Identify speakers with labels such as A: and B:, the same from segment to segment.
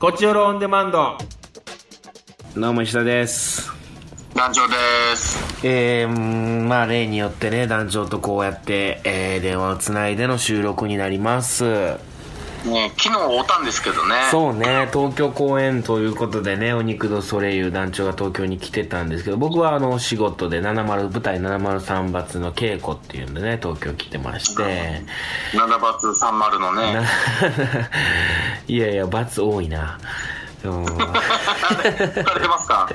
A: こちよろオンデマンド。
B: どうも石田です
C: 団長です
B: えー、うーんまあ例によってね団長とこうやって、えー電話をつないでの収録になります
C: ね昨日会ったんですけどね
B: そうね東京公演ということでねお肉とソレイユ団長が東京に来てたんですけど僕はあのお仕事で70舞台703発の稽古っていうんでね東京来てまして
C: 7バツ30のね
B: いやいや罰多いなうん
C: 疲れてますか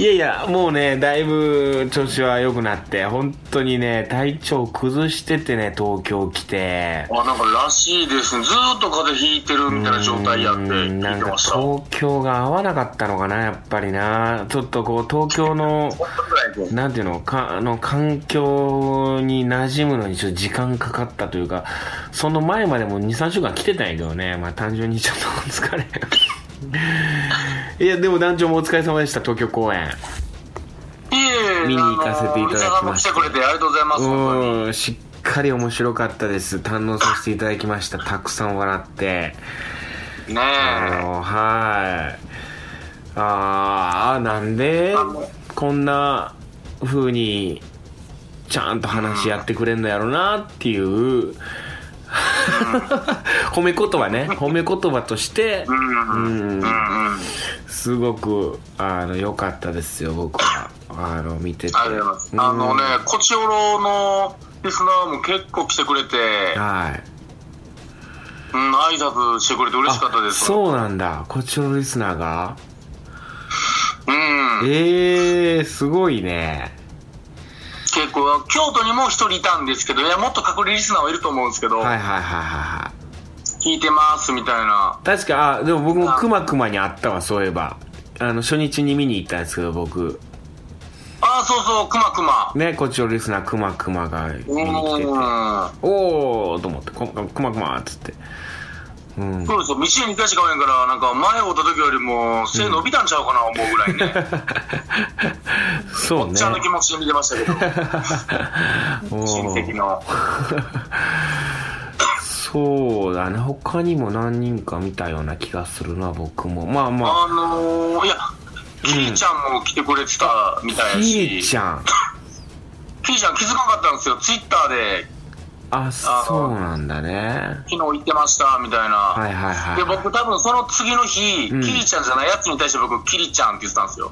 B: いやいや、もうね、だいぶ調子は良くなって、本当にね、体調崩しててね、東京来て。
C: あなんからしいですねずーっと風邪ひいてるみたいな状態やって
B: うんな
C: 聞い
B: ん
C: て
B: か
C: ましたちょ
B: 東京が合わなかったのかな、やっぱりな。ちょっとこう、東京の、
C: っとぐらいで
B: なんていうの、か、あの、環境に馴染むのにちょっと時間かかったというか、その前までも2、3週間来てたんやけどね、まあ単純にちょっと疲れ。 いや、でも団長もお疲れ様でした、東京公演。
C: いえいえ
B: 見に行かせていただきました
C: あのお医者さんも来てくれてありがとうございます本
B: うんしっかり面白かったです堪能させていただきましたたくさん笑って
C: 当にね
B: あ
C: え
B: のはいあーなんでこんな風にちゃんと話やってくれんのやろなっていう 褒め言葉ね褒め言葉として
C: うんうん
B: うん
C: うん
B: すごくあの良かったですよ僕はあの見てて
C: ありがとうございますあのねこちおろのリスナーも結構来てくれて、
B: はい
C: うん、挨拶してくれて嬉しかったです
B: そうなんだこっちのリスナーが
C: うん
B: ええー、すごいね
C: 結構京都にも一人いたんですけどいやもっと隠れリスナーはいると思うんですけど、
B: はいはいはいはいは
C: 聞いてますみたいない
B: 確かあでも僕もくまくまに会ったわそういえばあの初日に見に行ったんですけど僕
C: ああそうそうくまくま
B: ねこっちのリスナーくまくまが見に来
C: う
B: てて
C: ん
B: おおと思ってこくまくまっつってうん
C: そうそう道に2回しか会えんからなんか前会った時よりも背伸びたんちゃうかな思うぐらいね、
B: そうね
C: ちゃんの気持ちで見てましたけ ど
B: お
C: 親
B: ー
C: 戚の
B: そうだね他にも何人か見たような気がするな僕もまあまあ
C: あのー、いやキーちゃんも来てくれてたみたいや
B: ひ
C: し、
B: りちゃん
C: キーちゃん気づかなかったんですよツイッターで
B: あそうなんだね
C: 昨日行ってましたみたいな、
B: はいはいはい
C: で僕多分その次の日、
B: ん
C: キリちゃんじゃないやつに対して僕キリちゃんって言ってたんですよ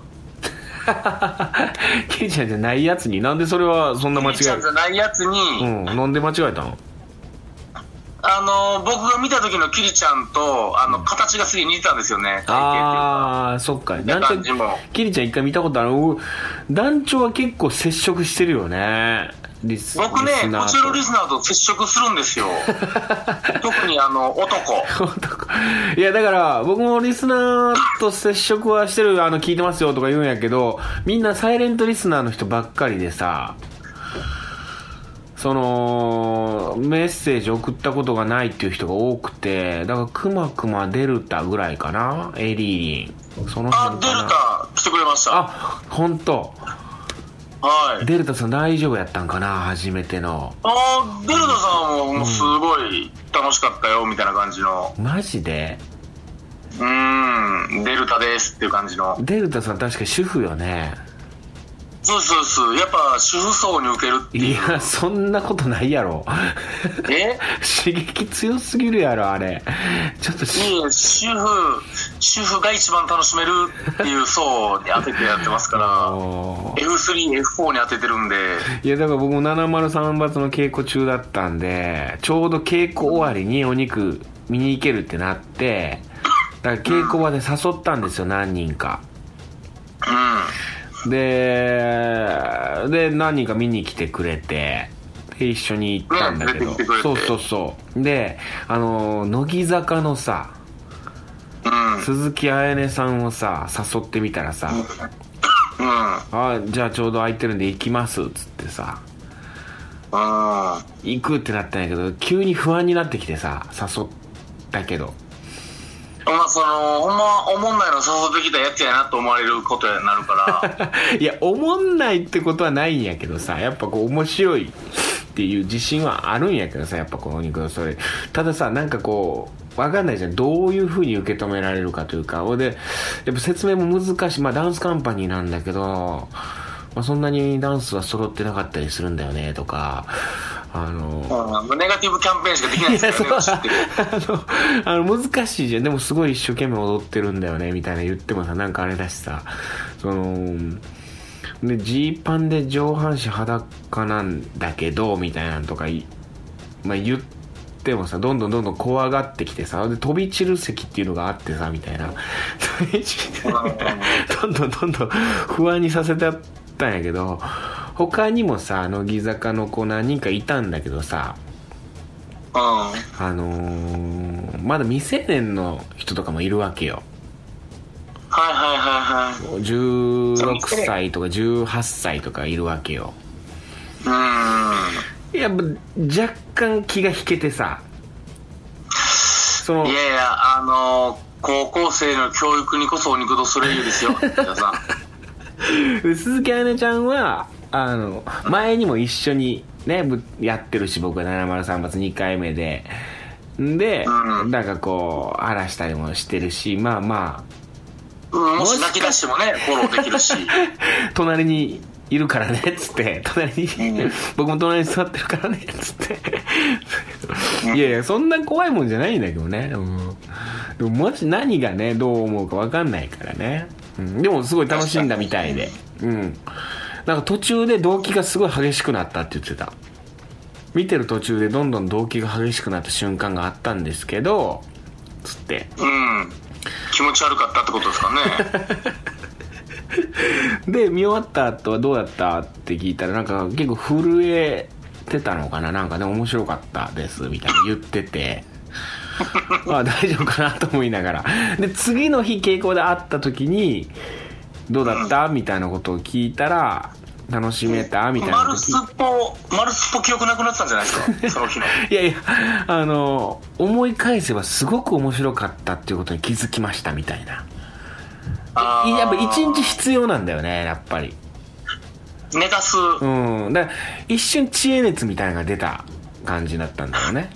B: ケイちゃんじゃないやつになんでそれはそんな間違
C: キリちゃんじゃないやつに、
B: えうんなんで間違えたの
C: あの僕が見た時のキリちゃんとあの形がすげえ似てたんですよね
B: ああそっか団
C: 感じも
B: 長キリちゃん一回見たことあるう団長は結構接触してるよねリス
C: 僕ね
B: リスナー
C: こちらのリスナーと接触するんですよ 特にあの男
B: と いやだから僕もリスナーと接触はしてるあの聞いてますよとか言うんやけどみんなサイレントリスナーの人ばっかりでさそのメッセージ送ったことがないっていう人が多くてだからくまくまデルタぐらいかなエリーリンその
C: あ
B: 辺
C: デ
B: か
C: ル
B: な
C: タ来てくれました
B: あ本当
C: はい
B: デルタさん大丈夫やったんかな初めての
C: あーデルタさんももうすごい楽しかったよみたいな感じの
B: マジで
C: うーんデルタですっていう感じの
B: デルタさん確か主婦よね
C: そうそうそうやっぱ主婦層に受けるって
B: い
C: いう
B: やそんなことないやろ
C: え
B: 刺激強すぎるやろあれちょっとし
C: いえ主婦主婦が一番楽しめるっていう層に当ててやってますか
B: お
C: ら F3F4 に当ててるんで
B: ーいやだから僕も703発の稽古中だったんでちょうど稽古終わりにお肉見に行けるってなってだから稽古場で誘ったんですよ何人か
C: う
B: でで何人か見に来てくれてで一緒に行ったんだけ
C: う
B: ど
C: ん出てきてくれて
B: そうそうそうであの乃木坂のさ
C: んうん
B: 鈴木彩音さんをさ誘ってみたらさ
C: うん
B: 「あじゃあちょうど空いてるんで行きます」っつってさ
C: うん
B: 行くってなったんやけど急に不安になってきてさ誘ったけど
C: まあそのほんまおもんないの誘ってきたやつやなと思われることになるから
B: いや思んないってことはないんやけどさやっぱこう面白いっていう自信はあるんやけどさやっぱこのお肉のそれたださなんかこうわかんないじゃん。どういう風に受け止められるかというか。ほいで、やっぱ説明も難しい。まあダンスカンパニーなんだけど、まあそんなにダンスは揃ってなかったりするんだよね、とか。あの、
C: うん、ネガティブキャンペーンしかできない
B: い
C: です
B: や
C: か
B: そ
C: ら
B: う
C: ね、うちって。
B: あのあの難しいじゃんでもすごい一生懸命踊ってるんだよねみたいな言ってもさなんかあれだしさそのでジーパンで上半身裸なんだけどみたいなのとかい、まあ、言ってもさどんどんどんどん怖がってきてさで飛び散る席っていうのがあってさみたいな 飛び散るどんどんどんどん不安にさせてあったんやけど他にもさ乃木坂の子何人かいたんだけどさ
C: うん。
B: あのーまだ未成年の人とかもいるわけよ
C: はいはいはい
B: 16歳とか18歳とかいるわけよ
C: はい。
B: やっぱ若干気が引けてさその
C: うん。いやいや、あの高校生の教育にこそお肉とそれいいですよ、皆さん。
B: 鈴木彩音ちゃんはあの前にも一緒にねぶやってるし僕は703発2回目でで、
C: うん
B: なんかこう荒らしたりもしてるしまあまあ
C: うん、もし泣き出してもね、フォローできるし。
B: 隣にいるからね っつって隣に、
C: うん
B: 僕も隣に座ってるからねっつっていやいやそんな怖いもんじゃないんだけどね、うん、でももし何がねどう思うか分かんないからね、うん、でもすごい楽しんだみたいでうんなんか途中で動機がすごい激しくなったって言ってた見てる途中でどんどん動機が激しくなった瞬間があったんですけどつって
C: うん。気持ち悪かったってことですか ね。
B: で見終わった後はどうだったって聞いたらなんか結構震えてたのかななんかね面白かったですみたいな言って てあ大丈夫かなと思いながらで次の日稽古で会った時にどうだったみたいなことを聞いたら楽しめたみたいな
C: 丸
B: こと聞
C: す
B: い
C: っぽ、丸すっぽ記憶なくなってたんじゃないです か、その日の。
B: いやいやあの思い返せばすごく面白かったっていうことに気づきましたみたいな
C: あー
B: やっぱ一日必要なんだよねやっぱり
C: 寝かす。
B: うん、だから一瞬知恵熱みたいなのが出た感じだったんだよね、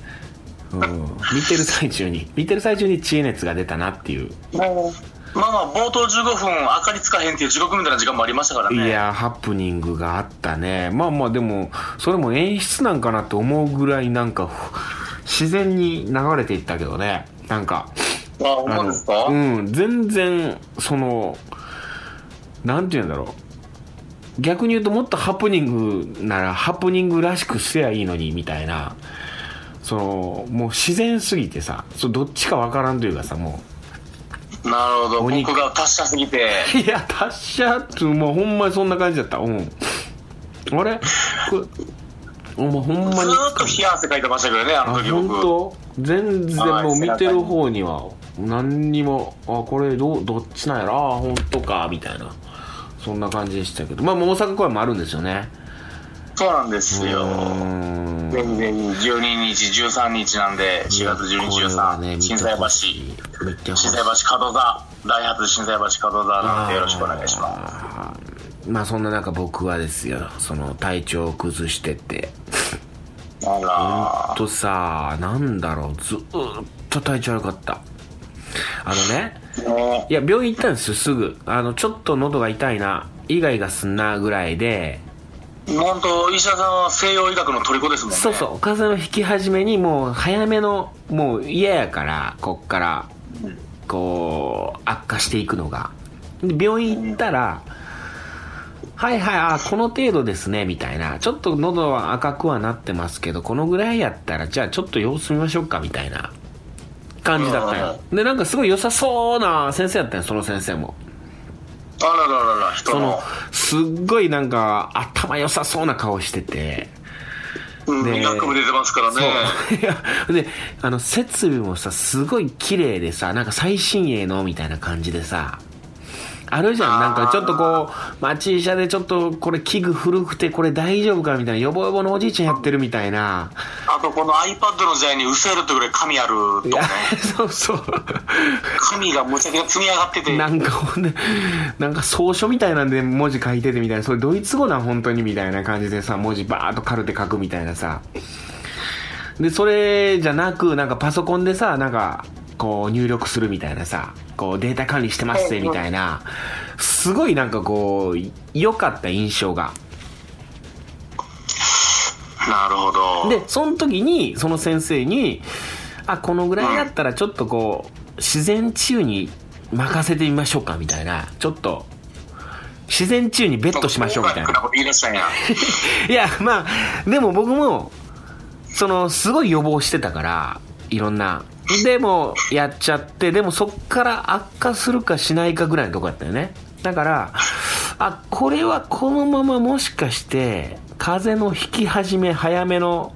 B: うん、見てる最中に見てる最中に知恵熱が出たなっていう、
C: もうまあまあ、冒頭15分、明かりつかへんっていう地獄みたいな時間もありましたから
B: い
C: ね。
B: やーハプニングがあったねまあまあでもそれも演出なんかなって思うぐらいなんかふ自然に流れていったけどねなんか
C: あ、ほんまですか、
B: うん全然そのなんて言うんだろう逆に言うともっとハプニングならハプニングらしくすりゃいいのにみたいなそのもう自然すぎてさそうどっちかわからんというかさも
C: なるほど。
B: お肉
C: 僕が達者すぎて。
B: ういや達者ってもうほんまにそんな感じだったうんあれこれお前ほん
C: ず
B: まに
C: ーっと冷や汗かいてましたけどね、あ
B: あ
C: の時
B: 本
C: 僕。
B: 当全然
C: はい
B: もう見てる方には何にもあこれどうどっちなんやろあ本当かみたいなそんな感じでしたけどまあもう大阪公演もあるんですよね
C: そうなんです
B: う
C: よ。
B: ーん
C: 全然12日、13日なんで、4月12日、13日、震災橋、震
B: 橋見てほしい
C: 災橋門座、大発震災橋門座なのでよろしくお願いします。
B: あーまあそんな中僕はですよその体調を崩してて
C: あら
B: ほんとさなんだろうずーっと体調悪かったあのね
C: ーね
B: いや、病院行ったんですよ、すぐ。あの、ちょっと喉が痛いな、イガイガすんな、ぐらいで、
C: 本当、医者さんは西洋医学の虜ですもんね。
B: そうそう、風邪の引き始めに、もう、早めの、もう嫌やから、こっから、こう、悪化していくのが。で、病院行ったら、はいはい、あ、この程度ですね、みたいな。ちょっと喉は赤くはなってますけど、このぐらいやったら、じゃあちょっと様子見ましょうか、みたいな感じだったよ。で、なんかすごい良さそうな先生やったよ、その先生も。
C: あらららら、人
B: その
C: の、
B: すっごいなんか頭良さそうな顔してて、
C: うん
B: ね
C: 医学部出てますからね。
B: そう いやであの設備もさすごい綺麗でさなんか最新鋭のみたいな感じでさあるじゃんなんかちょっとこう町医者でちょっとこれ器具古くてこれ大丈夫かみたいなヨボヨボのおじいちゃんやってるみたいな
C: あと、この iPad の時代にうせるってぐらい紙あると
B: いや
C: かね。
B: そうそう
C: 紙がむちゃくちゃ積み上がってて。
B: なんかほんで、なんか草書みたいなんで文字書いててみたいな、それドイツ語なん本当にみたいな感じでさ、文字バーっとカルテ書くみたいなさ。で、それじゃなく、なんかパソコンでさ、なんか、こう入力するみたいなさ、こうデータ管理してますぜみたいな、すごいなんかこう、良かった印象が。
C: なるほど。
B: で、その時に、その先生に、あ、このぐらいだったらちょっとこう、自然治癒に任せてみましょうかみたいな、ちょっと、自然治癒にベットしましょうみたい
C: 高額
B: な。
C: こと言い出し たんや。
B: いや、まあ、でも僕も、その、すごい予防してたから、いろんな。でも、やっちゃって、でもそっから悪化するかしないかぐらいのとこだったよね。だから、あ、これはこのままもしかして、風邪の引き始め早めの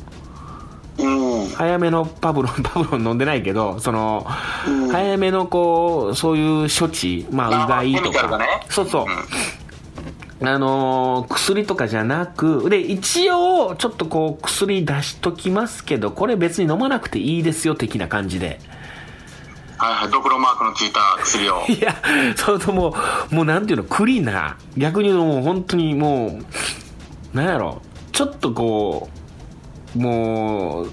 C: うん。
B: 早めのパブロン、 パブロン飲んでないけど、その、
C: うん
B: 早めのこう、そういう処置、まあ、うが
C: あ
B: い
C: ケ
B: と
C: ミカル
B: か、
C: がね
B: そうそう、あのー薬とかじゃなく、で、一応、ちょっとこう、薬出しときますけど、これ別に飲まなくていいですよ、的な感じで。
C: はいはい。ドクロマークのついた 薬を。
B: いや、そうともう、もうなんていうの、クリーンな、逆に言うともう本当にもう、なんやろ、ちょっとこう、もう、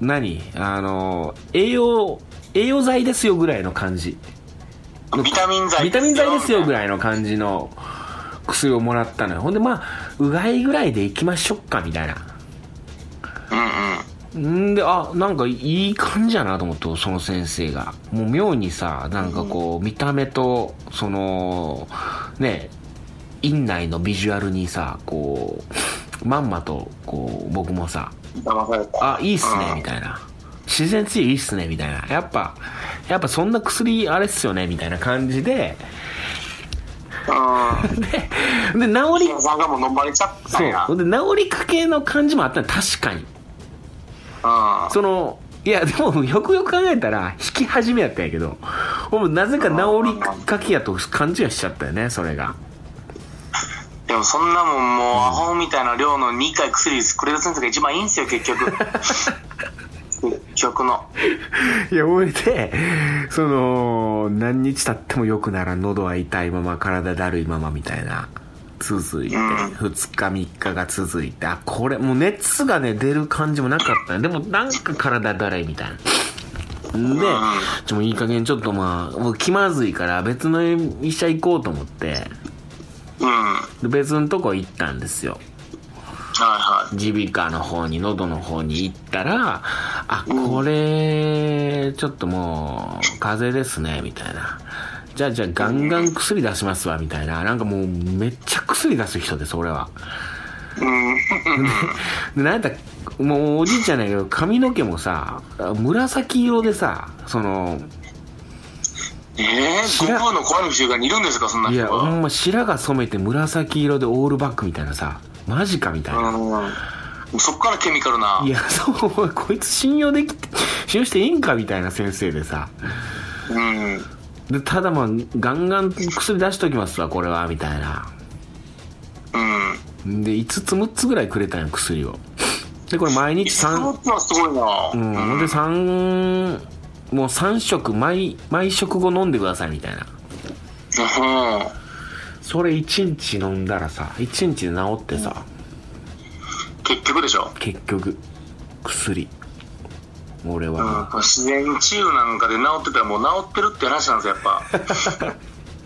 B: 何あの、栄養、栄養剤ですよぐらいの感じ。
C: ビタミン剤
B: ビタミン剤ですよぐ
C: い。
B: らいの感じの薬をもらったのよ。ほんでまあ、うがいぐらいでいきましょうか、みたいな。
C: うんうん。
B: んであなんかいい感じやなと思ってその先生がもう妙にさなんかこう見た目とそのね院内のビジュアルにさこうまんまとこう僕もさ
C: 騙された。
B: あいいっすね
C: うん
B: みたいな自然治癒いいっすねみたいなやっぱやっぱそんな薬あれっすよねみたいな感じで
C: うん。
B: でで治り
C: ケミさんがもう飲まれちゃったんや。
B: そうで治りかけの感じもあったの確かに
C: うん。
B: そのいやでもよくよく考えたら引き始めやったんやけどもうなぜか治りかけやと勘違いしちゃったよねそれが
C: でもそんなもんもうアホみたいな量の2回薬作れる先生が一番いいんすよ結局結局の
B: いや覚えてその何日経ってもよくならん喉は痛いまま体だるいままみたいな続いて
C: うん
B: 2日3日が続いてあこれもう熱がね出る感じもなかったねでもなんか体だるいみたいなで、ちょもういい加減ちょっとまあ、もう気まずいから別の医者行こうと思って、
C: うんはい
B: で別のとこ行ったんですよ
C: は
B: 耳鼻科の方に喉の方に行ったらあこれちょっともう風邪ですねみたいなじゃあじゃあガンガン薬出しますわみたいななんかもうめっちゃ薬出す人です俺はい
C: うん
B: でなんやったらもうおじいちゃんだけど髪の毛もさ紫色でさその
C: え
B: 知
C: ー、
B: ら
C: ゴムの怖い虫がいるんですかそんない人
B: やほ
C: は
B: んま白が染めて紫色でオールバックみたいなさマジかみたいな
C: うんそっからケミカルない
B: や、 そう、お前こいつ信用できて、信用していいんかみたいな先生でさ。
C: うん
B: で、ただまあ、ガンガン薬出しときますわ、これは、みたいな。
C: うん
B: で、5つ6つぐらいくれたんよ、薬を。で、これ毎日
C: その
B: 3、
C: 人はすごいな
B: うん、ほんで3、もう3食、毎、毎食後飲んでください、みたいな。
C: うん
B: それ1日飲んだらさ、1日で治ってさ、
C: 結局でしょ
B: 結局、薬。俺は、まあ
C: うん、自然治癒なんかで治ってたらもう治ってるって話なんですよやっぱ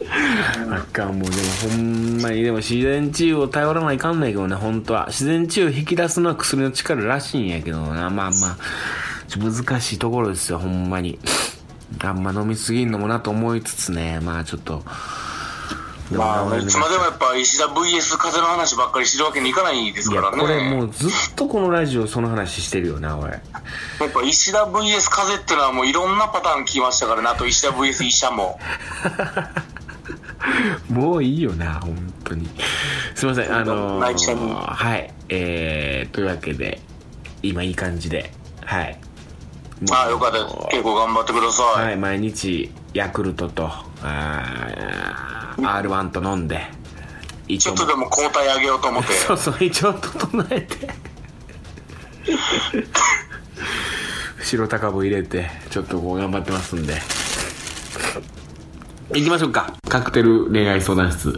B: あかんもうでもほんまにでも自然治癒を頼らないかんないけどね本当は自然治癒を引き出すのは薬の力らしいんやけどなまあまあちょ難しいところですよほんまにあんま飲みすぎんのもなと思いつつねまあちょっとでも
C: まあ
B: 治
C: い
B: りま
C: つ
B: した
C: までもやっぱ石田 VS 風の話ばっかりしてるわけにいかないです
B: い
C: か
B: や
C: らね
B: これもうずっとこのラジオその話してるよな俺
C: やっぱ石田 VS 風ってのはもういろんなパターン聞きましたからねあと石田 VS 医者も
B: もういいよな本当にすいませんあの
C: 内緒に
B: はいえー、というわけで今いい感じではい
C: ああよかったです結構頑張ってください、
B: はい、毎日ヤクルトとあー R1 と飲んで一
C: ちょ
B: 応
C: っとでも抗体あげようと思って
B: そうそう一応整えて白高ぶ入れてちょっとこう頑張ってますんで行きましょうかカクテル恋愛相談室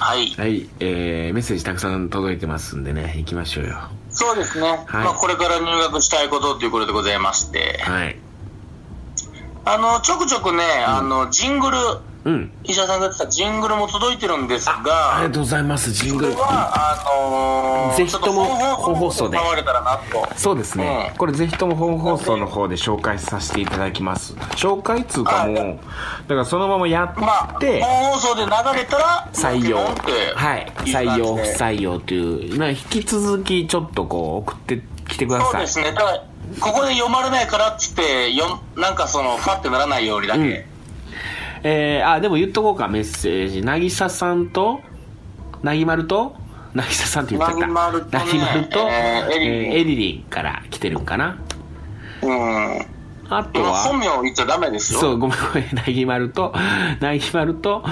C: はい
B: はいえー、メッセージたくさん届いてますんでね行きましょうよ
C: そうですね、まあ、これから入学したいことということでございまして、
B: はい。
C: あのちょくちょくね、あのジングル、
B: うん。
C: 石田さんが言ってたジングルも届いてるんです
B: あり
C: が
B: が、とうございます、ジン
C: こ
B: グ
C: れ
B: ル。
C: はあのー、
B: ぜひとも
C: ちょっ
B: 本放送で
C: 買われたらなと、
B: そうですね、
C: うん
B: これぜひとも本放送の方で紹介させていただきます紹介っつうかもう
C: は
B: だからそのままや
C: まあ、
B: って
C: 本放送で流れたら、
B: 採用
C: ポケモンって
B: はい
C: い
B: 採
C: 感じで
B: 用不採用というな引き続きちょっとこう送ってきてくだ
C: そう
B: さい
C: ですね、ただ、ここで読まれないからっつって、よなんかその、ファってならないようにだけ。
B: うんえー、あでも言っとこうかメッセージ渚さんとなぎまると渚さんって言っちゃった
C: なぎまるとね
B: なぎまると
C: えー
B: えー
C: エリリン
B: エリリンから来てるんかな
C: うん
B: あと
C: 今
B: は
C: 本名言っちゃダメですよ。
B: そう、ごめんごめん。なぎまる と、なぎまると、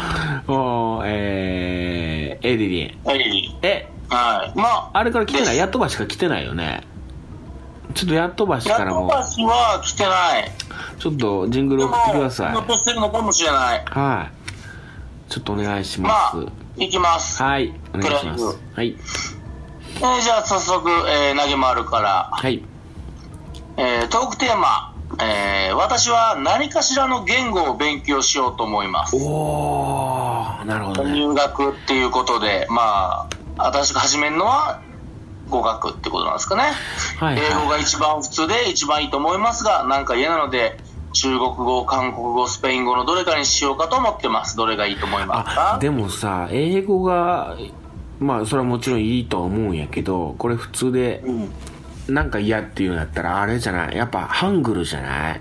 B: おーえー、エリリン。
C: はい。
B: え、
C: はい。まあ、
B: あれから来てない
C: や
B: やっとばしか来てないよね。ちょっとやっとばし
C: やっ
B: から
C: と
B: も、
C: ばしは来てない。
B: ちょっとジング
C: で
B: ル
C: も、
B: 送ってくださ
C: 残
B: い。
C: してるのかもしれない。
B: はい。ちょっとお願いし
C: ま
B: ま
C: あ
B: す。、
C: いきます。
B: はい。お願いします
C: とりあえず。
B: はい。
C: えーじゃあ早速、えー、投げ回るから、
B: はい。
C: えートークテーマ、えー私は何かしらの言語を勉強しようと思います。
B: おー、なるほどね。
C: 入学っていうことで、まあ、新しく始めるのは語学ってことなんですかね。
B: はい
C: 英語
B: は
C: が一番普通で一番いいと思いますが、なんか嫌なので、中国語、韓国語、スペイン語のどれかにしようかと思ってます。どれがいいと思います
B: あ
C: か、
B: でもさ、英語が、まあ、それはもちろんいいとは思うんやけど、これ普通で、
C: うん
B: なんか嫌っていうんだったらあれじゃないやっぱハングルじゃない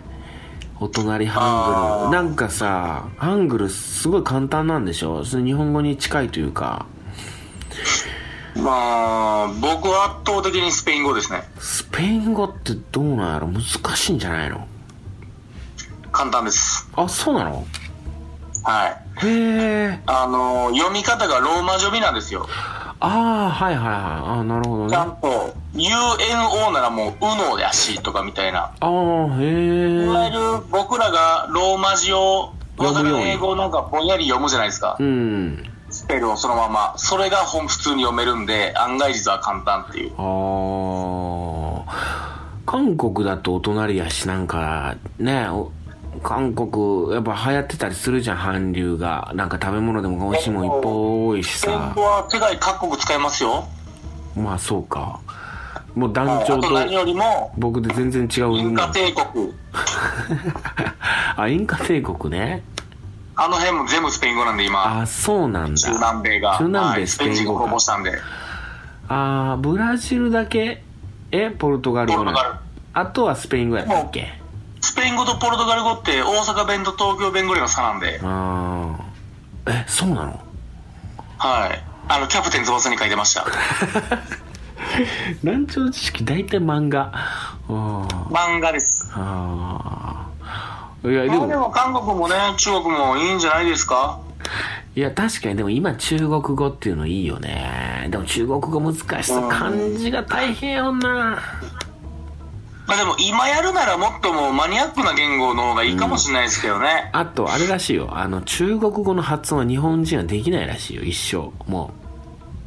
B: お隣ハング
C: あー
B: ルなんかさハングルすごい簡単なんでしょそれ日本語に近いというか
C: まあ、僕は圧倒的にスペイン語ですね。
B: スペイン語ってどうなんやろ難しいんじゃないの
C: 簡単です。
B: あそうなの
C: はい。
B: へえ
C: あの読み方がローマ字読みなんですよ。
B: ああはいはいはいあーなるほど
C: ち
B: ね
C: ゃ
B: あ
C: んと、UNO ならもう、うのやしとかみたいな。
B: あー
C: いわ
B: へ
C: ゆ
B: え
C: る僕らがローマ字を、わか
B: 読むよ
C: る
B: うに
C: 英語をなんかぼんやり読むじゃないですか
B: う。ん
C: スペルをそのまま。それが本普通に読めるんで、案外実は簡単っていう。
B: ああ韓国だとお隣やしなんかねお韓国やっぱ流行ってたりするじゃん韓流がなんか食べ物でも美味しいもんいっぱい多いし
C: 英
B: さ
C: 語は世界各国使えますよ。
B: まあそうかもう団
C: あ
B: 長
C: と何
B: と
C: よりも、
B: 僕で全然違う
C: インカ
B: な
C: 帝国。
B: あインカ帝国ね
C: あの辺も全部スペイン語なんで今。
B: あそうなん
C: 中
B: だ
C: 南米が。
B: 中南米
C: はい
B: ス
C: ス
B: ペ
C: ペ
B: イン
C: イ
B: 語
C: ン
B: か
C: 人が応募したんで。
B: あーブラジルだけえポルトガル語な
C: ポルトガ
B: の
C: ル
B: あとはスペイン語やったっけ
C: スペイン語とポルトガル語って大阪弁と東京弁ぐらいの差なんで。
B: ああえそうなの
C: はい。あの、キャプテン翼に書いてました。
B: 団長知識大体漫画あ
C: 漫画です。
B: あーいやで
C: まあで
B: も
C: も韓国もね、中国もいいんじゃないですか
B: いや確かにでも今中国語っていうのいいよねでも中国語難しそう
C: うん
B: 漢字が大変よな
C: まあでも今やるならもっともうマニアックな言語の方がいいかもしれないですけどね。
B: あとあれらしいよあの中国語の発音は日本人はできないらしいよ一生も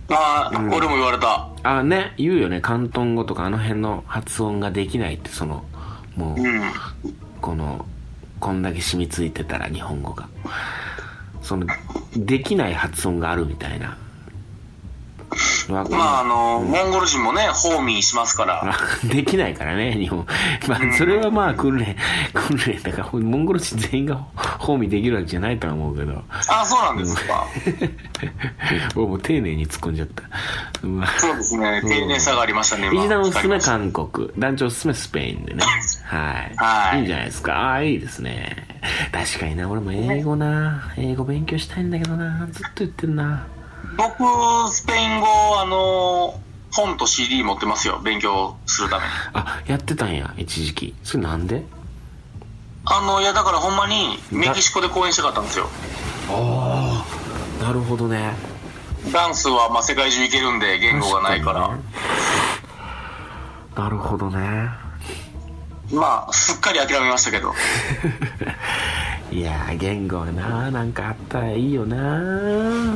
C: まあ、俺も言われた
B: う。あね言うよね広東語とかあの辺の発音ができないってそのもう
C: うん。
B: このこんだけ染みついてたら日本語がそのできない発音があるみたいなわ
C: まああの、モンゴル人もね、ホーミーしますから。
B: できないからね日本まあそれはまあ訓練訓練だからモンゴル人全員がホーミーできるわけじゃないとは思うけど
C: あ、そうなんですか。
B: 俺もう丁寧に突っ込んじゃった、まあ
C: そうですね。丁寧さがありましたね、今。
B: 一段おすすめ
C: わかり
B: 韓
C: ま
B: 国団長おすすめスペインでねはい、
C: はい
B: いんじゃないですかああいいですね確かにな俺も英語な英語勉強したいんだけどなずっと言ってるな
C: した僕、スペイン語、あの、本と CD 持ってますよ。勉強するために。
B: あやってたんや一時期それなんで
C: あの、いや、だからほんまに、メキシコで公演したかったんですよ。
B: ああなるほどね
C: ダンスは、まあ、世界中行けるんで、言語がないから。
B: なるほどね
C: まあ、すっかり諦めましたけど。
B: いやー言語ななんかあったらいいよな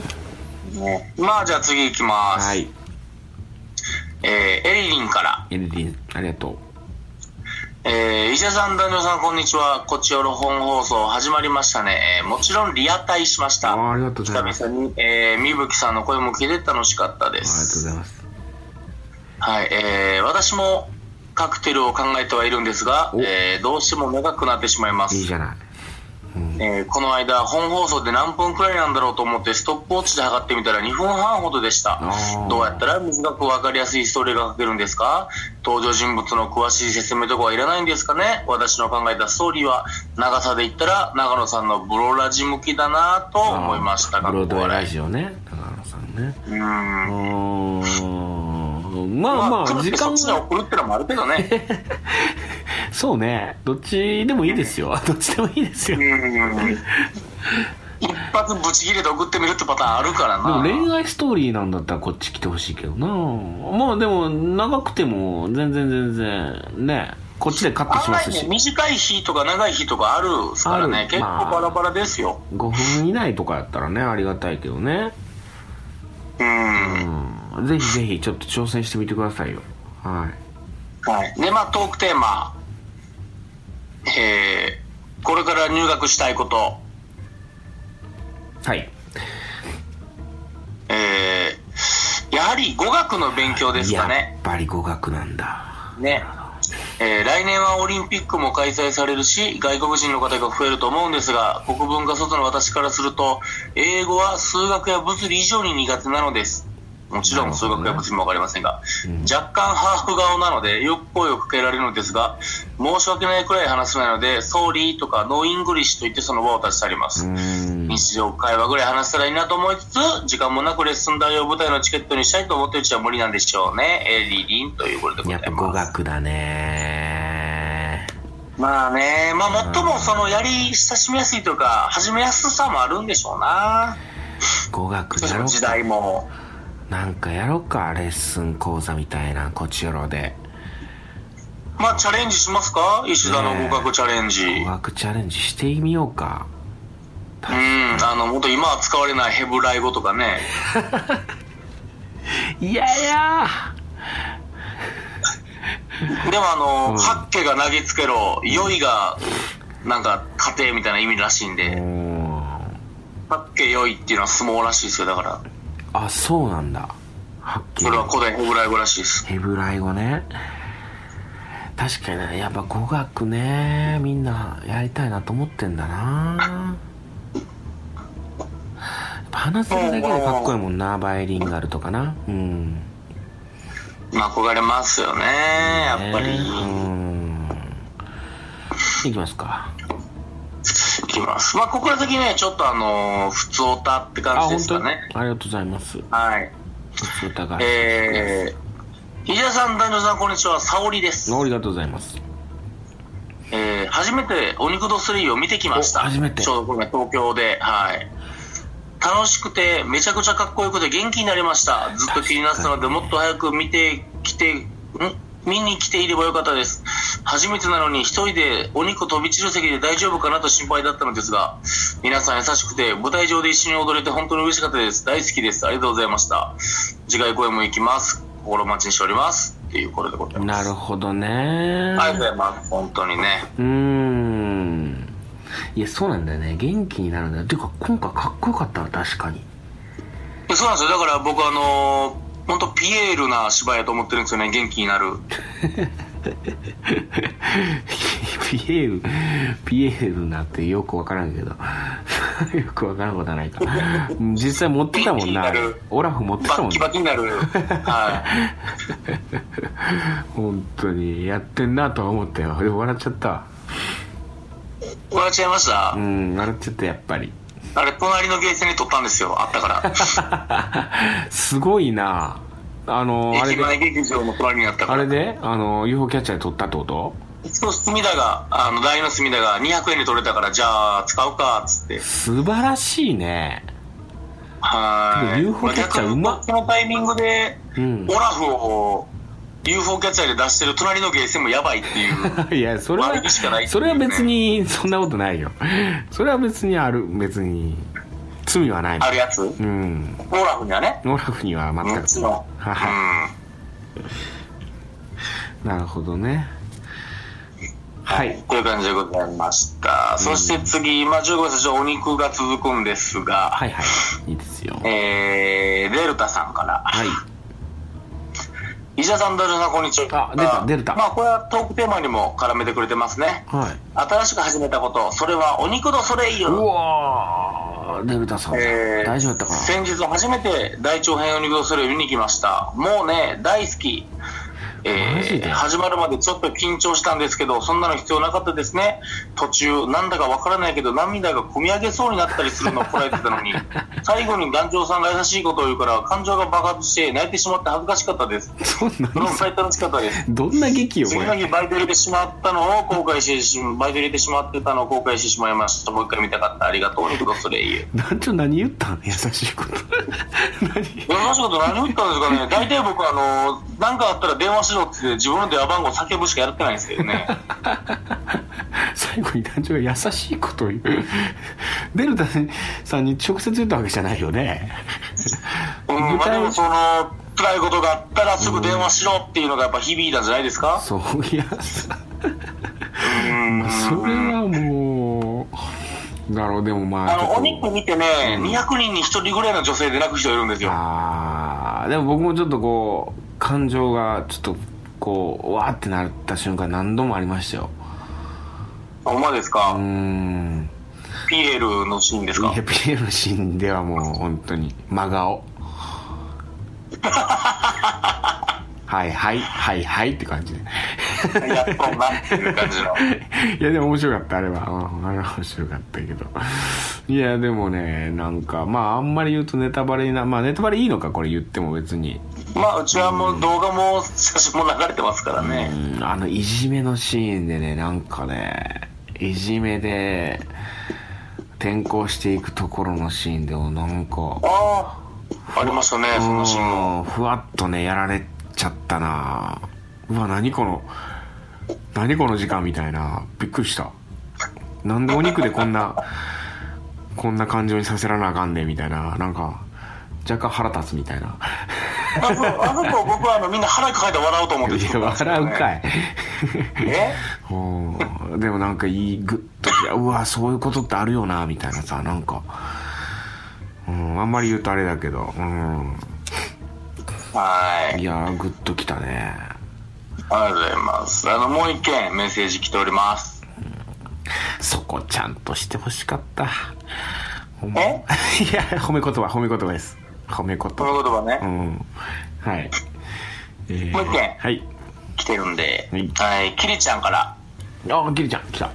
C: まあ、じゃあ次行きます。
B: い
C: えー、エリリンから、
B: エリリン、ありがと
C: えー、医者さん、男女さん、こんにちは。こっちよろ本放送始まりましたね。えーもちろんリアタイしまし
B: う。
C: た。
B: ああ、ありがとうございます。
C: 久々に、えー、みぶきさんの声も聞いて楽しかったで
B: ありがとうご
C: す。
B: ざいます。
C: はい、えー、私もカクテルを考えてはいるんですが、
B: お
C: えー、どうしても長くなってしまいます。
B: いいじゃない。
C: えーこの間本放送で何分くらいなんだろうと思ってストップウォッチで測ってみたら2分半ほどでした
B: あー
C: どうやったら短く分かりやすいストーリーが書けるんですか登場人物の詳しい説明とかはいらないんですかね私の考えたストーリーは長さで言ったら長野さんのブロラジ向きだなと思いました
B: ブロードウェイラ
C: ジ
B: ジオね。高野さんね。
C: うんま
B: う
C: あ
B: ーん。まあまあ、
C: 来る
B: 時
C: ってそ
B: 間
C: っちに
B: が。
C: 送るってのもあるけどね
B: そうね。どっちでもいいですよ。どっちでもいいですよ
C: う。 ん一発ブチ切れて送ってみるってパターンあるから
B: でも
C: な
B: 恋愛ストーリーなんだったらこっち来てほしいけどなまあでも長くても全然全然ねこっちでカットしま
C: 案
B: す
C: 外ね
B: し
C: 短い日とか長い日とかあるっすから
B: あ
C: ね
B: る
C: 結
B: まあ
C: 構バラバラですよ、
B: 5分以内とかやったらねありがたいけどね
C: うん
B: うんぜひぜひちょっと挑戦してみてくださいよはい
C: はい、でまあトークテーマえー、これから入学したいこと
B: はい
C: えー、やはり語学の勉強です
B: や
C: か
B: っ
C: ね
B: ぱり語学なんだ
C: ねえー来年はオリンピックも開催されるし外国人の方が増えると思うんですが国文化外の私からすると英語は数学や物理以上に苦手なのですもちろん数学や物理も分かりませんが、若干ハーフ顔なのでよく声をかけられるのですが申し訳ないくらい話せないので「ソーリー」とか「ノーイングリッシュ」と言ってその場を立ち去りま
B: う
C: す、
B: ん
C: 日常会話ぐらい話せたらいいなと思いつつ時間もなくレッスン代を舞台のチケットにしたいと思ってるうちは無理なんでしょうねえーリリンということでござ
B: や
C: い
B: っ
C: ます
B: ぱ語学だね
C: まあね、まあ、最もそのやり親しみやすいというか、始めやすさもあるんでしょうな、
B: 語学
C: そ
B: やろ
C: の
B: う
C: 時
B: か
C: 代も。
B: なんかやろうかレッスン講座みたいなこっちよろで
C: まあ、チャレンジしますか、石田の
B: ねえ
C: 合格チャレンジ。
B: 語
C: うん、
B: 学チャレンジしてみようか
C: あの、もっと今は使われないヘブライ語とかね、
B: いやいや
C: でもあの、
B: うん
C: 八家が投げつけろ、良いが、なんか、家庭みたいな意味らしいん
B: うー
C: で、
B: ん
C: 八家良いっていうのは相撲らしいですよ、だから、
B: あそうなんだはっきり
C: それは古代ヘブライ語らしいです。
B: ヘブライ語ね確かにねやっぱ語学ねみんなやりたいなと思ってんだなやっぱ話せるだけでかっこいいもんなバイリンガルとかなうん
C: まあ、憧れますよね、やっぱり。
B: うんいきますか
C: いきます。まあ、ここから先ね、ちょっとあのー、普通オタって
B: あ
C: 感じで
B: 本
C: す
B: 当
C: か
B: にあ
C: ね。
B: りがとうございます
C: はい。
B: お歌が
C: えー、ひじさん、男女さん、こんにちは。沙織です。
B: ありがとうございます
C: えー、初めてお肉ド3を見てきました。
B: お初めて
C: ちょうどこれ東京で、はい。楽しくて、めちゃくちゃかっこよくて元気になりました。ずっと気になってたので、もっと早く見てきて、ん見に来ていればよかったです。初めてなのに一人でお肉飛び散る席で大丈夫かなと心配だったのですが、皆さん優しくて、舞台上で一緒に踊れて本当に嬉しかったです。大好きです。ありがとうございました。次回公演も行きます。心待ちにしております。っていうことでございます。
B: なるほどね
C: ありがとうございます。本当にね。
B: うーんいやそうなんだよね元気になるんだよていうか今回かっこよかったわ確かに
C: でそうなんですよだから僕あのー、本当ピエールな芝居やと思ってるんですよね元気に なる
B: ピエールピエールなんてよくわからんけど よくわからんことはないか実際持ってたもんな
C: 元気になる
B: オラフ持って
C: バ
B: たも
C: ッ
B: ん
C: キ
B: な
C: バキになるは
B: 本当にやってんなとは思ったよでも笑っちゃったわ
C: い笑っちゃいました、
B: うん笑っちゃったやっぱり
C: あれ隣のゲーセンで撮ったんですよあったか
B: すごいなあのあ
C: ら
B: れ
C: 駅
B: で
C: 前劇場の隣にあったか
B: あ
C: ら
B: れであの UFO キャッチャーで撮ったってこと
C: そう隅田があの大の隅田が200円で撮れたからじゃあ使うかっつって
B: 素晴らしいね
C: は
B: でも
C: い
B: UFO キャッチャーうまっ
C: 逆にそのタイミングで、
B: うん
C: オラフを UFO キャッチャーで出してる隣のゲーセンもやばいってい う
B: いやそれは
C: 悪気しかないって
B: そ
C: いうね
B: れは別にそんなことないよそれは別にある別に罪はない
C: あるやつオ
B: うん
C: ラフにはね
B: ノーラフには全
C: 6つ
B: く
C: の、
B: はい
C: うん
B: なるほどねはい
C: という感じでございました。そして次、まあ、15分ちょっとお肉が続くんですが、
B: はいはいいいですよ
C: えー、デルタさんから。
B: はい
C: 石田さん、ドルさん、こんにちは。
B: あ出たデルタ
C: まあ、これはトークテーマにも絡めてくれてますね。
B: はい
C: 新しく始めたこと、それはお肉のソレイユ。
B: うわーデルタさん、
C: えー
B: 大丈夫だったかな
C: 先日初めて大長編お肉のソレイユ見に来ました。もうね、大好き。
B: マジ
C: えー
B: で
C: 始まるまでちょっと緊張したんですけど、そんなの必要なかったですね。途中、なんだかわからないけど、涙がこみ上げそうになったりするのをこらえて たのに、最後に団長さんが優しいことを言うから、感情が爆発して泣いてしまって恥ずかしかったです。
B: そんな
C: それも最楽しかったです。
B: どんな劇よこ
C: 次
B: れ
C: の日バイト入れてしまったのを後悔してしバイト入れてしまってたのを後悔してしまいましたもう一回見たかったありがとうニクロスレイユ
B: 団長何言ったん優しいこと何
C: 山下君何を言ったんです かね大体僕あの何かあったら電話しろって自分の電話番号叫ぶしかやってないんですけ どね
B: 最後に団長が優しいことを言うデルタさんに直接言ったわけじゃないよね
C: う
B: 具体
C: んまあでもその辛いことがあったらすぐ電話しろっていうのがやっぱ響いたんじゃないですか
B: そういや
C: うん
B: それはもうだろうでもまあ
C: あのお
B: ちょっと
C: 肉見てね、200人に1人ぐらいの女性で泣く人いるんですよ
B: あーでも僕もちょっとこう感情がちょっとこうわーってなった瞬間何度もありましたよ
C: ほんまで
B: う
C: す
B: ー
C: か
B: ん
C: ピエールのシーンですか
B: ヘピエルシーンではもう本当に真顔はいはいはいはいって感じで
C: やっとんなっていう感じの
B: いやでも面白かったあれは、うん、あれは面白かったけどいやでもねなんかまああんまり言うとネタバレになまあネタバレいいのかこれ言っても別に、
C: まあ、うちはもう動画も写真も流れてますからね。
B: うんあのいじめのシーンでねなんかねいじめで転校していくところのシーンでもなんか
C: ああ、ありましたね、そのシーン
B: う
C: も。
B: んふわっとねやられちゃったなうわ何この何この時間みたいなびっくりしたなんでお肉でこんなこんな感情にさせらなあかんねんみたいななんか若干腹立つみたいな
C: あそうあの子、僕はあのみんな腹抱えて笑おうと思って
B: いや
C: 作ったんですけど
B: 笑う
C: ね
B: かい
C: え
B: うんでもなんかいいグッときたうわそういうことってあるよなみたいなさなんか、うん、あんまり言うとあれだけど、う
C: は
B: ん、
C: い。
B: いやグッときたね
C: ありがとうございます。あの、もう一件メッセージ来ております。
B: そこちゃんとしてほしかった。ほ んまい
C: え
B: や、褒め言葉、褒め言葉です。褒め言
C: この
B: 葉。
C: 言葉ね、
B: うん。はい。えー
C: もう一件
B: はい。
C: 来てるんで
B: はい、
C: はい、キリちゃんから。
B: あ、ギリちゃん、来た。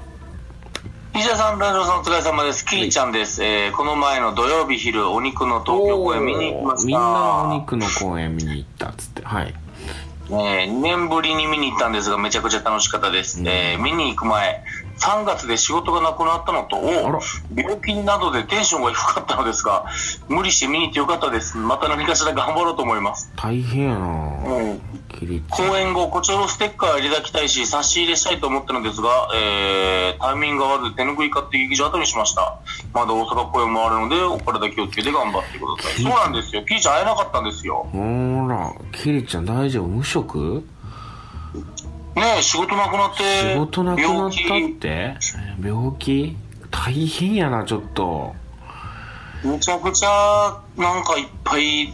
C: 石田さん、ラジオさん、お疲れ様です。キリちゃんです。えー、この前の土曜日昼、お肉の東京公演見に行きました。
B: みんなお肉の公園見に行ったっつって。はい。
C: え2年ぶりに見に行ったんですがめちゃくちゃ楽しかったです、えー見に行く前3月で仕事がなくなったのと
B: あら
C: 病気などでテンションが低かったのですが無理して見に行ってよかったですまた何かしら頑張ろうと思います、
B: 大変やなギリち
C: 公
B: ゃん。
C: 演後こちらのステッカーをいただきたいし差し入れしたいと思ったのですが、えータイミングが悪く手拭い買って劇場後にしましたまだ大阪公演もあるのでお体気をつけて頑張ってくださいそうなんですよキーちゃん会えなかったんですよ
B: ほら、キリちゃん大丈夫無職
C: ねえ仕事なくなって
B: 仕事なくなっ
C: 病
B: たっ
C: 気
B: て病気大変やな、ちょっと。
C: めちゃくちゃなんかいっぱい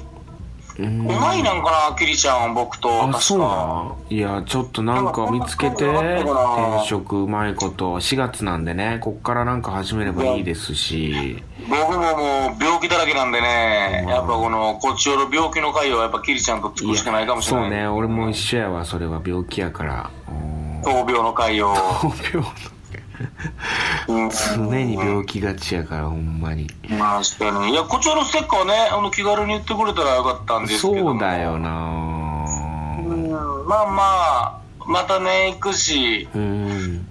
B: うん
C: 同いなんかなキリちゃん僕と
B: あ、そ
C: 確
B: う
C: か
B: なんいや、ちょっとなんか見つけて、
C: なんかこんな感じな
B: 転職うまいこと、4月なんでね、こっからなんか始めればいいですし、
C: 僕ももう病気だらけなんでね
B: うん
C: やっぱこのこっちより病気の会をやっぱキリちゃんと作るしかないかもしれ
B: そ
C: な
B: う
C: い
B: ね、俺も一緒やわ、それは病気やから。うん
C: 闘病の会を、
B: 闘病
C: うん、
B: 常に病気がちやから、ほんまに。
C: まあ確かにいやこっちよりのステッカーはねあの気軽に言ってくれたらよかったんですけども
B: そうだよな
C: うんまあまあまたね行くし
B: うん。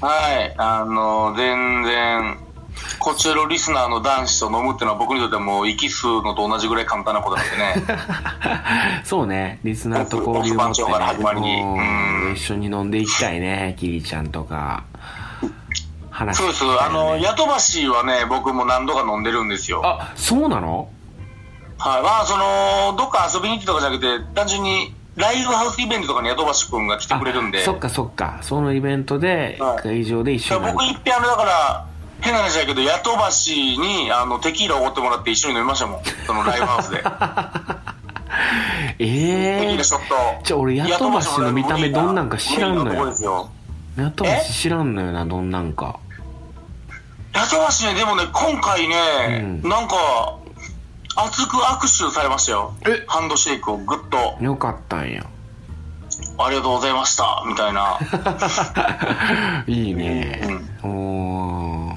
C: はい、あの、全然、こちらのリスナーの男子と飲むっていうのは僕にとってはもう息吸うのと同じぐらい簡単なことなんで ね。
B: そうね、リスナーと交流持って
C: オフ番長から始まりに
B: ね、
C: う
B: うんん一緒に飲んでいきたいね、キリちゃんとか。話聞きたい
C: そうです。
B: ね
C: あの、ヤトバシはね、僕も何度か飲んでるんですよ。はい。
B: あ、そうなの
C: まあ、その、どっか遊びに行ってとかじゃなくて、単純に、ライブハウスイベントとかにヤドバシ君が来てくれるん
B: あ
C: で、
B: そっかそっかそのイベントで
C: はい
B: 会場で一緒になる
C: 僕一遍あのだから変な話だけどヤドバシにあのテキーラおごってもらって一緒に飲みましたもんそのライブハウスでテキ
B: ええ
C: ーラショット
B: ちょ俺ヤドバシの見た目どんなんか知らんのよ
C: ヤドバシライブ無理な無理なとこですよ
B: ー、やったし知らんのよなどんなんか
C: ヤドバシねでもね今回ね、
B: うん
C: なんか熱く握手されましたよ
B: え
C: ハンドシェイクをグッと
B: よかったん や
C: ありがとうございましたみた いな
B: いいね、おー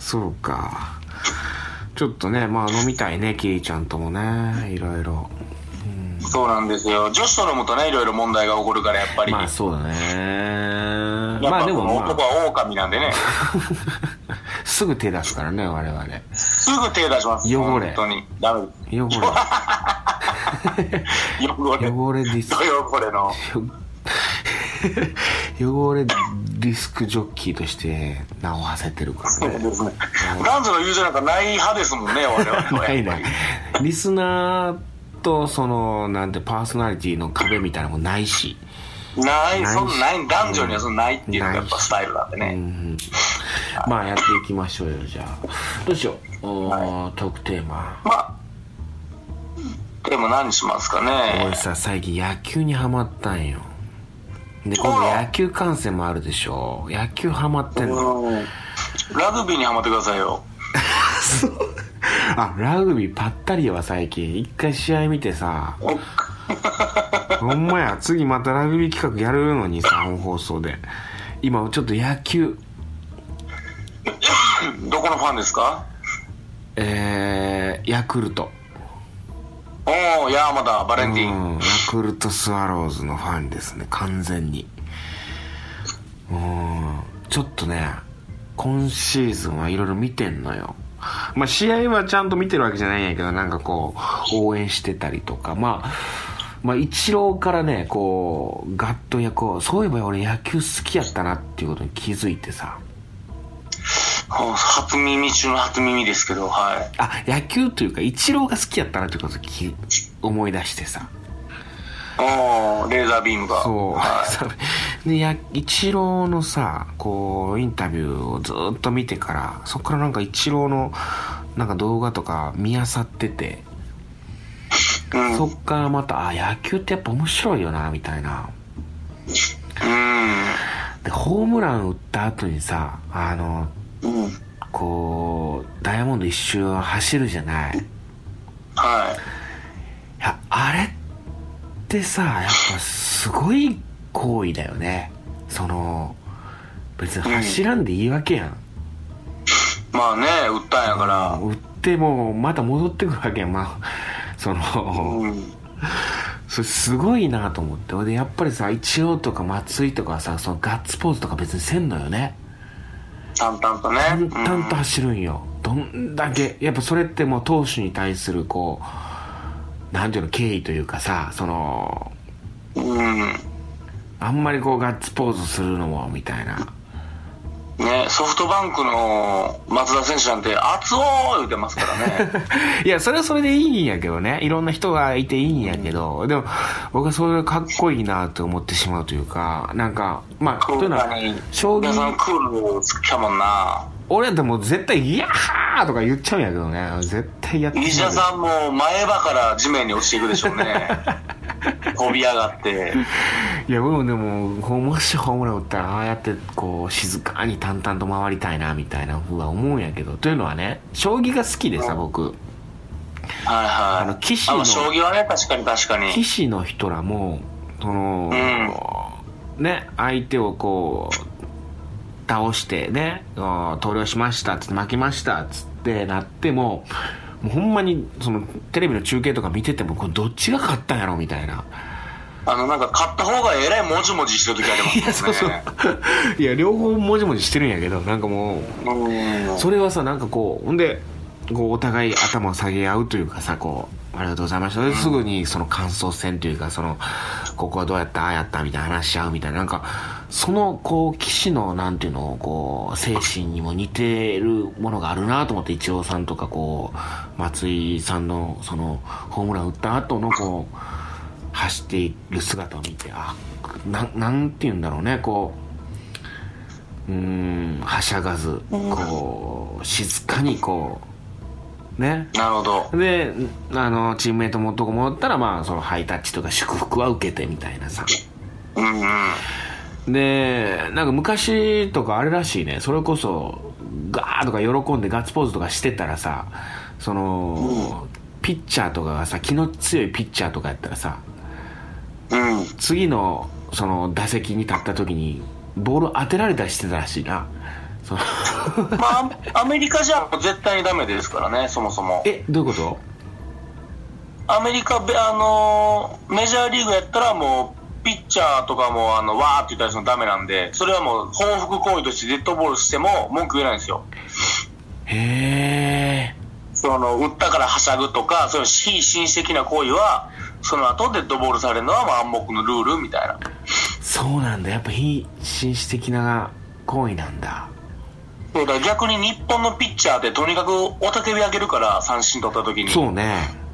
B: そうかちょっとねまあ飲みたいねキリちゃんともねいろいろ
C: そうなんですよ女子と飲むとねいろいろ問題が起こるからやっぱり、
B: まあそうだね
C: やっ
B: まあ
C: ぱ
B: で
C: こ
B: も
C: の
B: ま
C: 男
B: あ
C: は狼なんでね、
B: すぐ手出すからね我々
C: すぐ手出します。
B: 汚れ
C: 本当に。ダメで
B: 汚
C: す。汚れ。
B: れ汚れディス
C: ど汚れの。
B: 汚れディスクジョッキーとして名を馳せてるからね
C: ですね。男女の友情なんかない派ですもんね、我々は。
B: ないないリスナーとそのなんてパーソナリティの壁みたいなのもないし
C: ない、
B: ない
C: そんない、男女にはそんなないっていうのがやっぱスタイルなんで
B: う
C: ね。
B: んまあやっていきましょうよじゃあどうしようおー、トークテーマ
C: まあ、でも何しますかね
B: 俺。さ最近野球にハマったんよで今
C: あ
B: 度
C: ら
B: 野球観戦もあるでしょ野球ハマってんの
C: うんラグビーにハマってくださいよ。
B: あラグビーぱったりは最近一回試合見てさほんまや次またラグビー企画やるのにさ本放送で今ちょっと野球
C: どこのファンですか
B: えー、ヤクルト
C: おー、ヤーマだ、バレンティン。
B: うん、ヤクルトスワローズのファンですね完全にうんちょっとね今シーズンはいろいろ見てんのよまあ試合はちゃんと見てるわけじゃないんやけどなんかこう応援してたりとかまあまあ、一郎からね、こう、ガッとや、こう、そういえば俺野球好きやったなっていうことに気づいてさ。
C: お初耳中の初耳ですけど、はい。
B: あ、野球というか、一郎が好きやったなってことをき思い出してさ。
C: おー、レーザービーム が。
B: そう
C: はい。
B: さでやイチローのさこうインタビューをずーっと見てからそっからなんかイチローのなんか動画とか見あさってて、
C: うん
B: そっからまたあ野球ってやっぱ面白いよなみたいな
C: う
B: でホームラン打った後にさあの
C: ん。うん。
B: こうダイヤモンド一周走るじゃないい
C: はい。
B: やあれってさやっぱすごい行為だよねその別に走らんでいいわけやん
C: まあね、売ったんやから。
B: 売ってもまた戻ってくるわけやんまあその、
C: うん。
B: それすごいなと思ってほいでやっぱりさ一応とか松井とかさそのガッツポーズとか別にせんのよね
C: 淡々とね。
B: 淡々と走るんよ、どんだけやっぱそれってもう投手に対するこうなんていうの敬意というかさその
C: うん。うん
B: あんまりこうガッツポーズするのもみたいな
C: ね、ソフトバンクの松田選手なんて、熱おー言ってますからね。
B: いや、それはそれでいいんやけどね。いろんな人がいていいんやけど、でも、僕はそれがかっこいいなと思ってしまうというか、なんか、まあ、
C: ク
B: という
C: ー
B: の
C: ル
B: は
C: なに。、
B: 将
C: 皆さ
B: 棋
C: ん、クール好きやもんな。
B: 俺でも絶対、いやーとか言っちゃうんやけどね。絶対やってない
C: 石田さんも前歯から地面に落ちていくでしょ うね。飛び上がって。
B: いや、僕もでも、こうもしホームラン打ったら、ああやって、こう、静かに淡々と回りたいな、みたいなふうは思うんやけど。というのはね、将棋が好きでさ、僕。
C: はいはい。
B: あの棋士の
C: あ将棋はね、確かに確か
B: 棋
C: に。
B: 士の人らもその、ね相手をこう倒してねあー投了しましたっつって負けましたっつってなってももうほんまにそのテレビの中継とか見ててもこれどっちが勝ったんやろみたいな
C: あの、なんか買った方がえらいもじもじしてる時ありますもんね。
B: いやそうそう いや両方もじもじしてるんやけどなんかもう
C: うん。
B: それはさなんかこうほんでこうお互い頭を下げ合うというかさこうありがとうございましたですぐにその感想戦というかそのここはどうやったああやったみたいな話し合うみたいななんかそのこう騎士のなんていうのこう精神にも似てるものがあるなと思ってイチローさんとかこう松井さんのそのホームラン打った後のこう走っている姿を見てあななんて言うんだろうねこううーんはしゃがずこう静かにこうね
C: なるほど。
B: であのチームメイトもとこ戻ったらまあそのハイタッチとか祝福は受けてみたいなさ
C: うんうん。
B: でなんか昔とかあれらしいねそれこそガーとか喜んでガッツポーズとかしてたらさその、ピッチャーとかがさ気の強いピッチャーとかやったらさ
C: うん。
B: 次のその打席に立った時にボール当てられたりしてたらしいなその
C: まあ、アメリカじゃ絶対にダメですからね、そもそも。
B: えどういうこと
C: アメリカ、べあのーメジャーリーグやったらもう、ピッチャーとかも、あの、わーって言ったりするのダメなんで、それはもう、報復行為としてデッドボールしても文句言えないんですよ。
B: へえ
C: その、打ったからはしゃぐとか、そういう非紳士的な行為は、その後デッドボールされるのは、まあ、暗黙のルールみたいな。
B: そうなんだやっぱ非紳士的な行為なんだ
C: そうだ、逆に日本のピッチャーってとにかくおたけび上げるから、三振取った時に。
B: そうね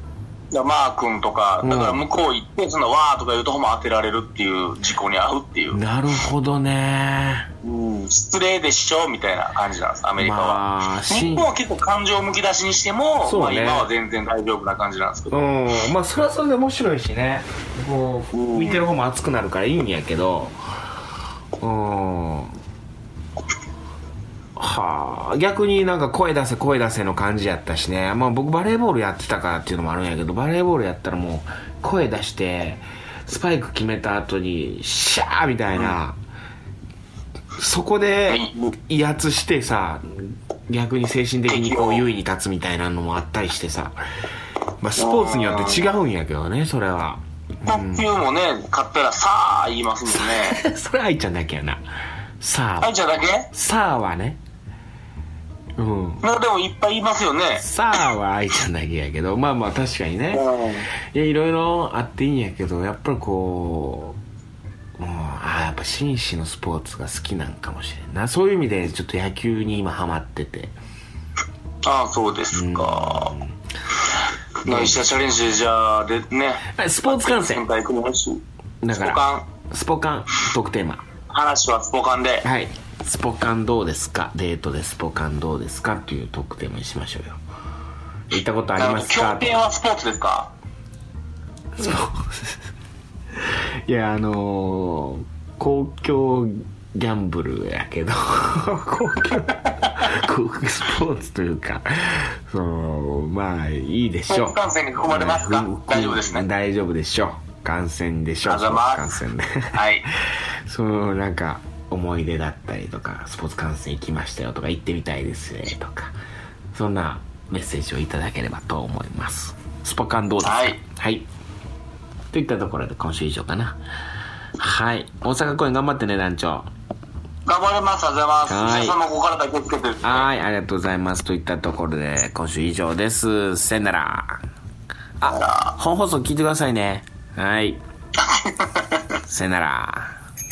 C: だからマー君とか
B: う、ん
C: だから向こう行って、そのわーとか言うとほんま当てられるっていう事故に遭うっていう。
B: なるほどね
C: うん失礼でしょみたいな感じなんです、アメリカは。
B: まあ
C: 日本は結構感情むき出しにしても、
B: そ
C: ま
B: う
C: あ
B: ね
C: 今は全然大丈夫な感じなんですけど。
B: うんまあそれはそれで面白いしねこう
C: うん
B: 見てる方も熱くなるからいいんやけどうんはあ逆になんか声出せ声出せの感じやったしね、まあ、僕バレーボールやってたからっていうのもあるんやけどバレーボールやったらもう声出してスパイク決めた後にシャーみたいな、そこで威圧してさ逆に精神的にこう優位に立つみたいなのもあったりしてさ、まあ、スポーツによって違うんやけどねそれは
C: 卓球もね、勝ったらさあ言いますもん ね。
B: それ愛ちゃんだけやなさあ
C: あいちゃんだけ
B: さあはねうん
C: まあでもいっぱい言いますよね。
B: さあは愛ちゃんだけやけどまあまあ確かにねいやいろいろあっていいんやけどやっぱりこう、うん、ああやっぱ紳士のスポーツが好きなんかもしれんなそういう意味でちょっと野球に今ハマってて
C: ああ、そうですか。まあ、一社チャレンジでじゃあ、でね、
B: あスポーツ観
C: 先
B: 戦
C: 輩行くもし、
B: だ
C: ス
B: か
C: ポ
B: ら
C: カン、
B: スポカン特テーマ
C: 話はスポカンで。
B: はいスポカンどうですかデートでスポカンどうですかっていう特テーマにしましょうよ行ったことありますか
C: 競艇はスポーツですか
B: いやあのー公共ギャンブルやけど 公共公共スポーツというかそのまあいいでしょう
C: スポーツ観戦に含まれますか
B: うん
C: 大丈夫ですね
B: 大丈夫でしょう感染でしょう
C: あざま
B: 感
C: す
B: 染で
C: はい。
B: そのなんか思い出だったりとかスポーツ観戦行きましたよとか行ってみたいですねとかそんなメッセージをいただければと思いますスポカンどうですか
C: はい
B: はい、といったところで今週以上かなはい大阪公演頑張ってね団長
C: 頑張ります、ありがとうございます。
B: はい
C: 皆さんもここからだけつけてる。
B: はいありがとうございますといったところで今週以上ですさよならあ本放送聞いてくださいねはいさよなら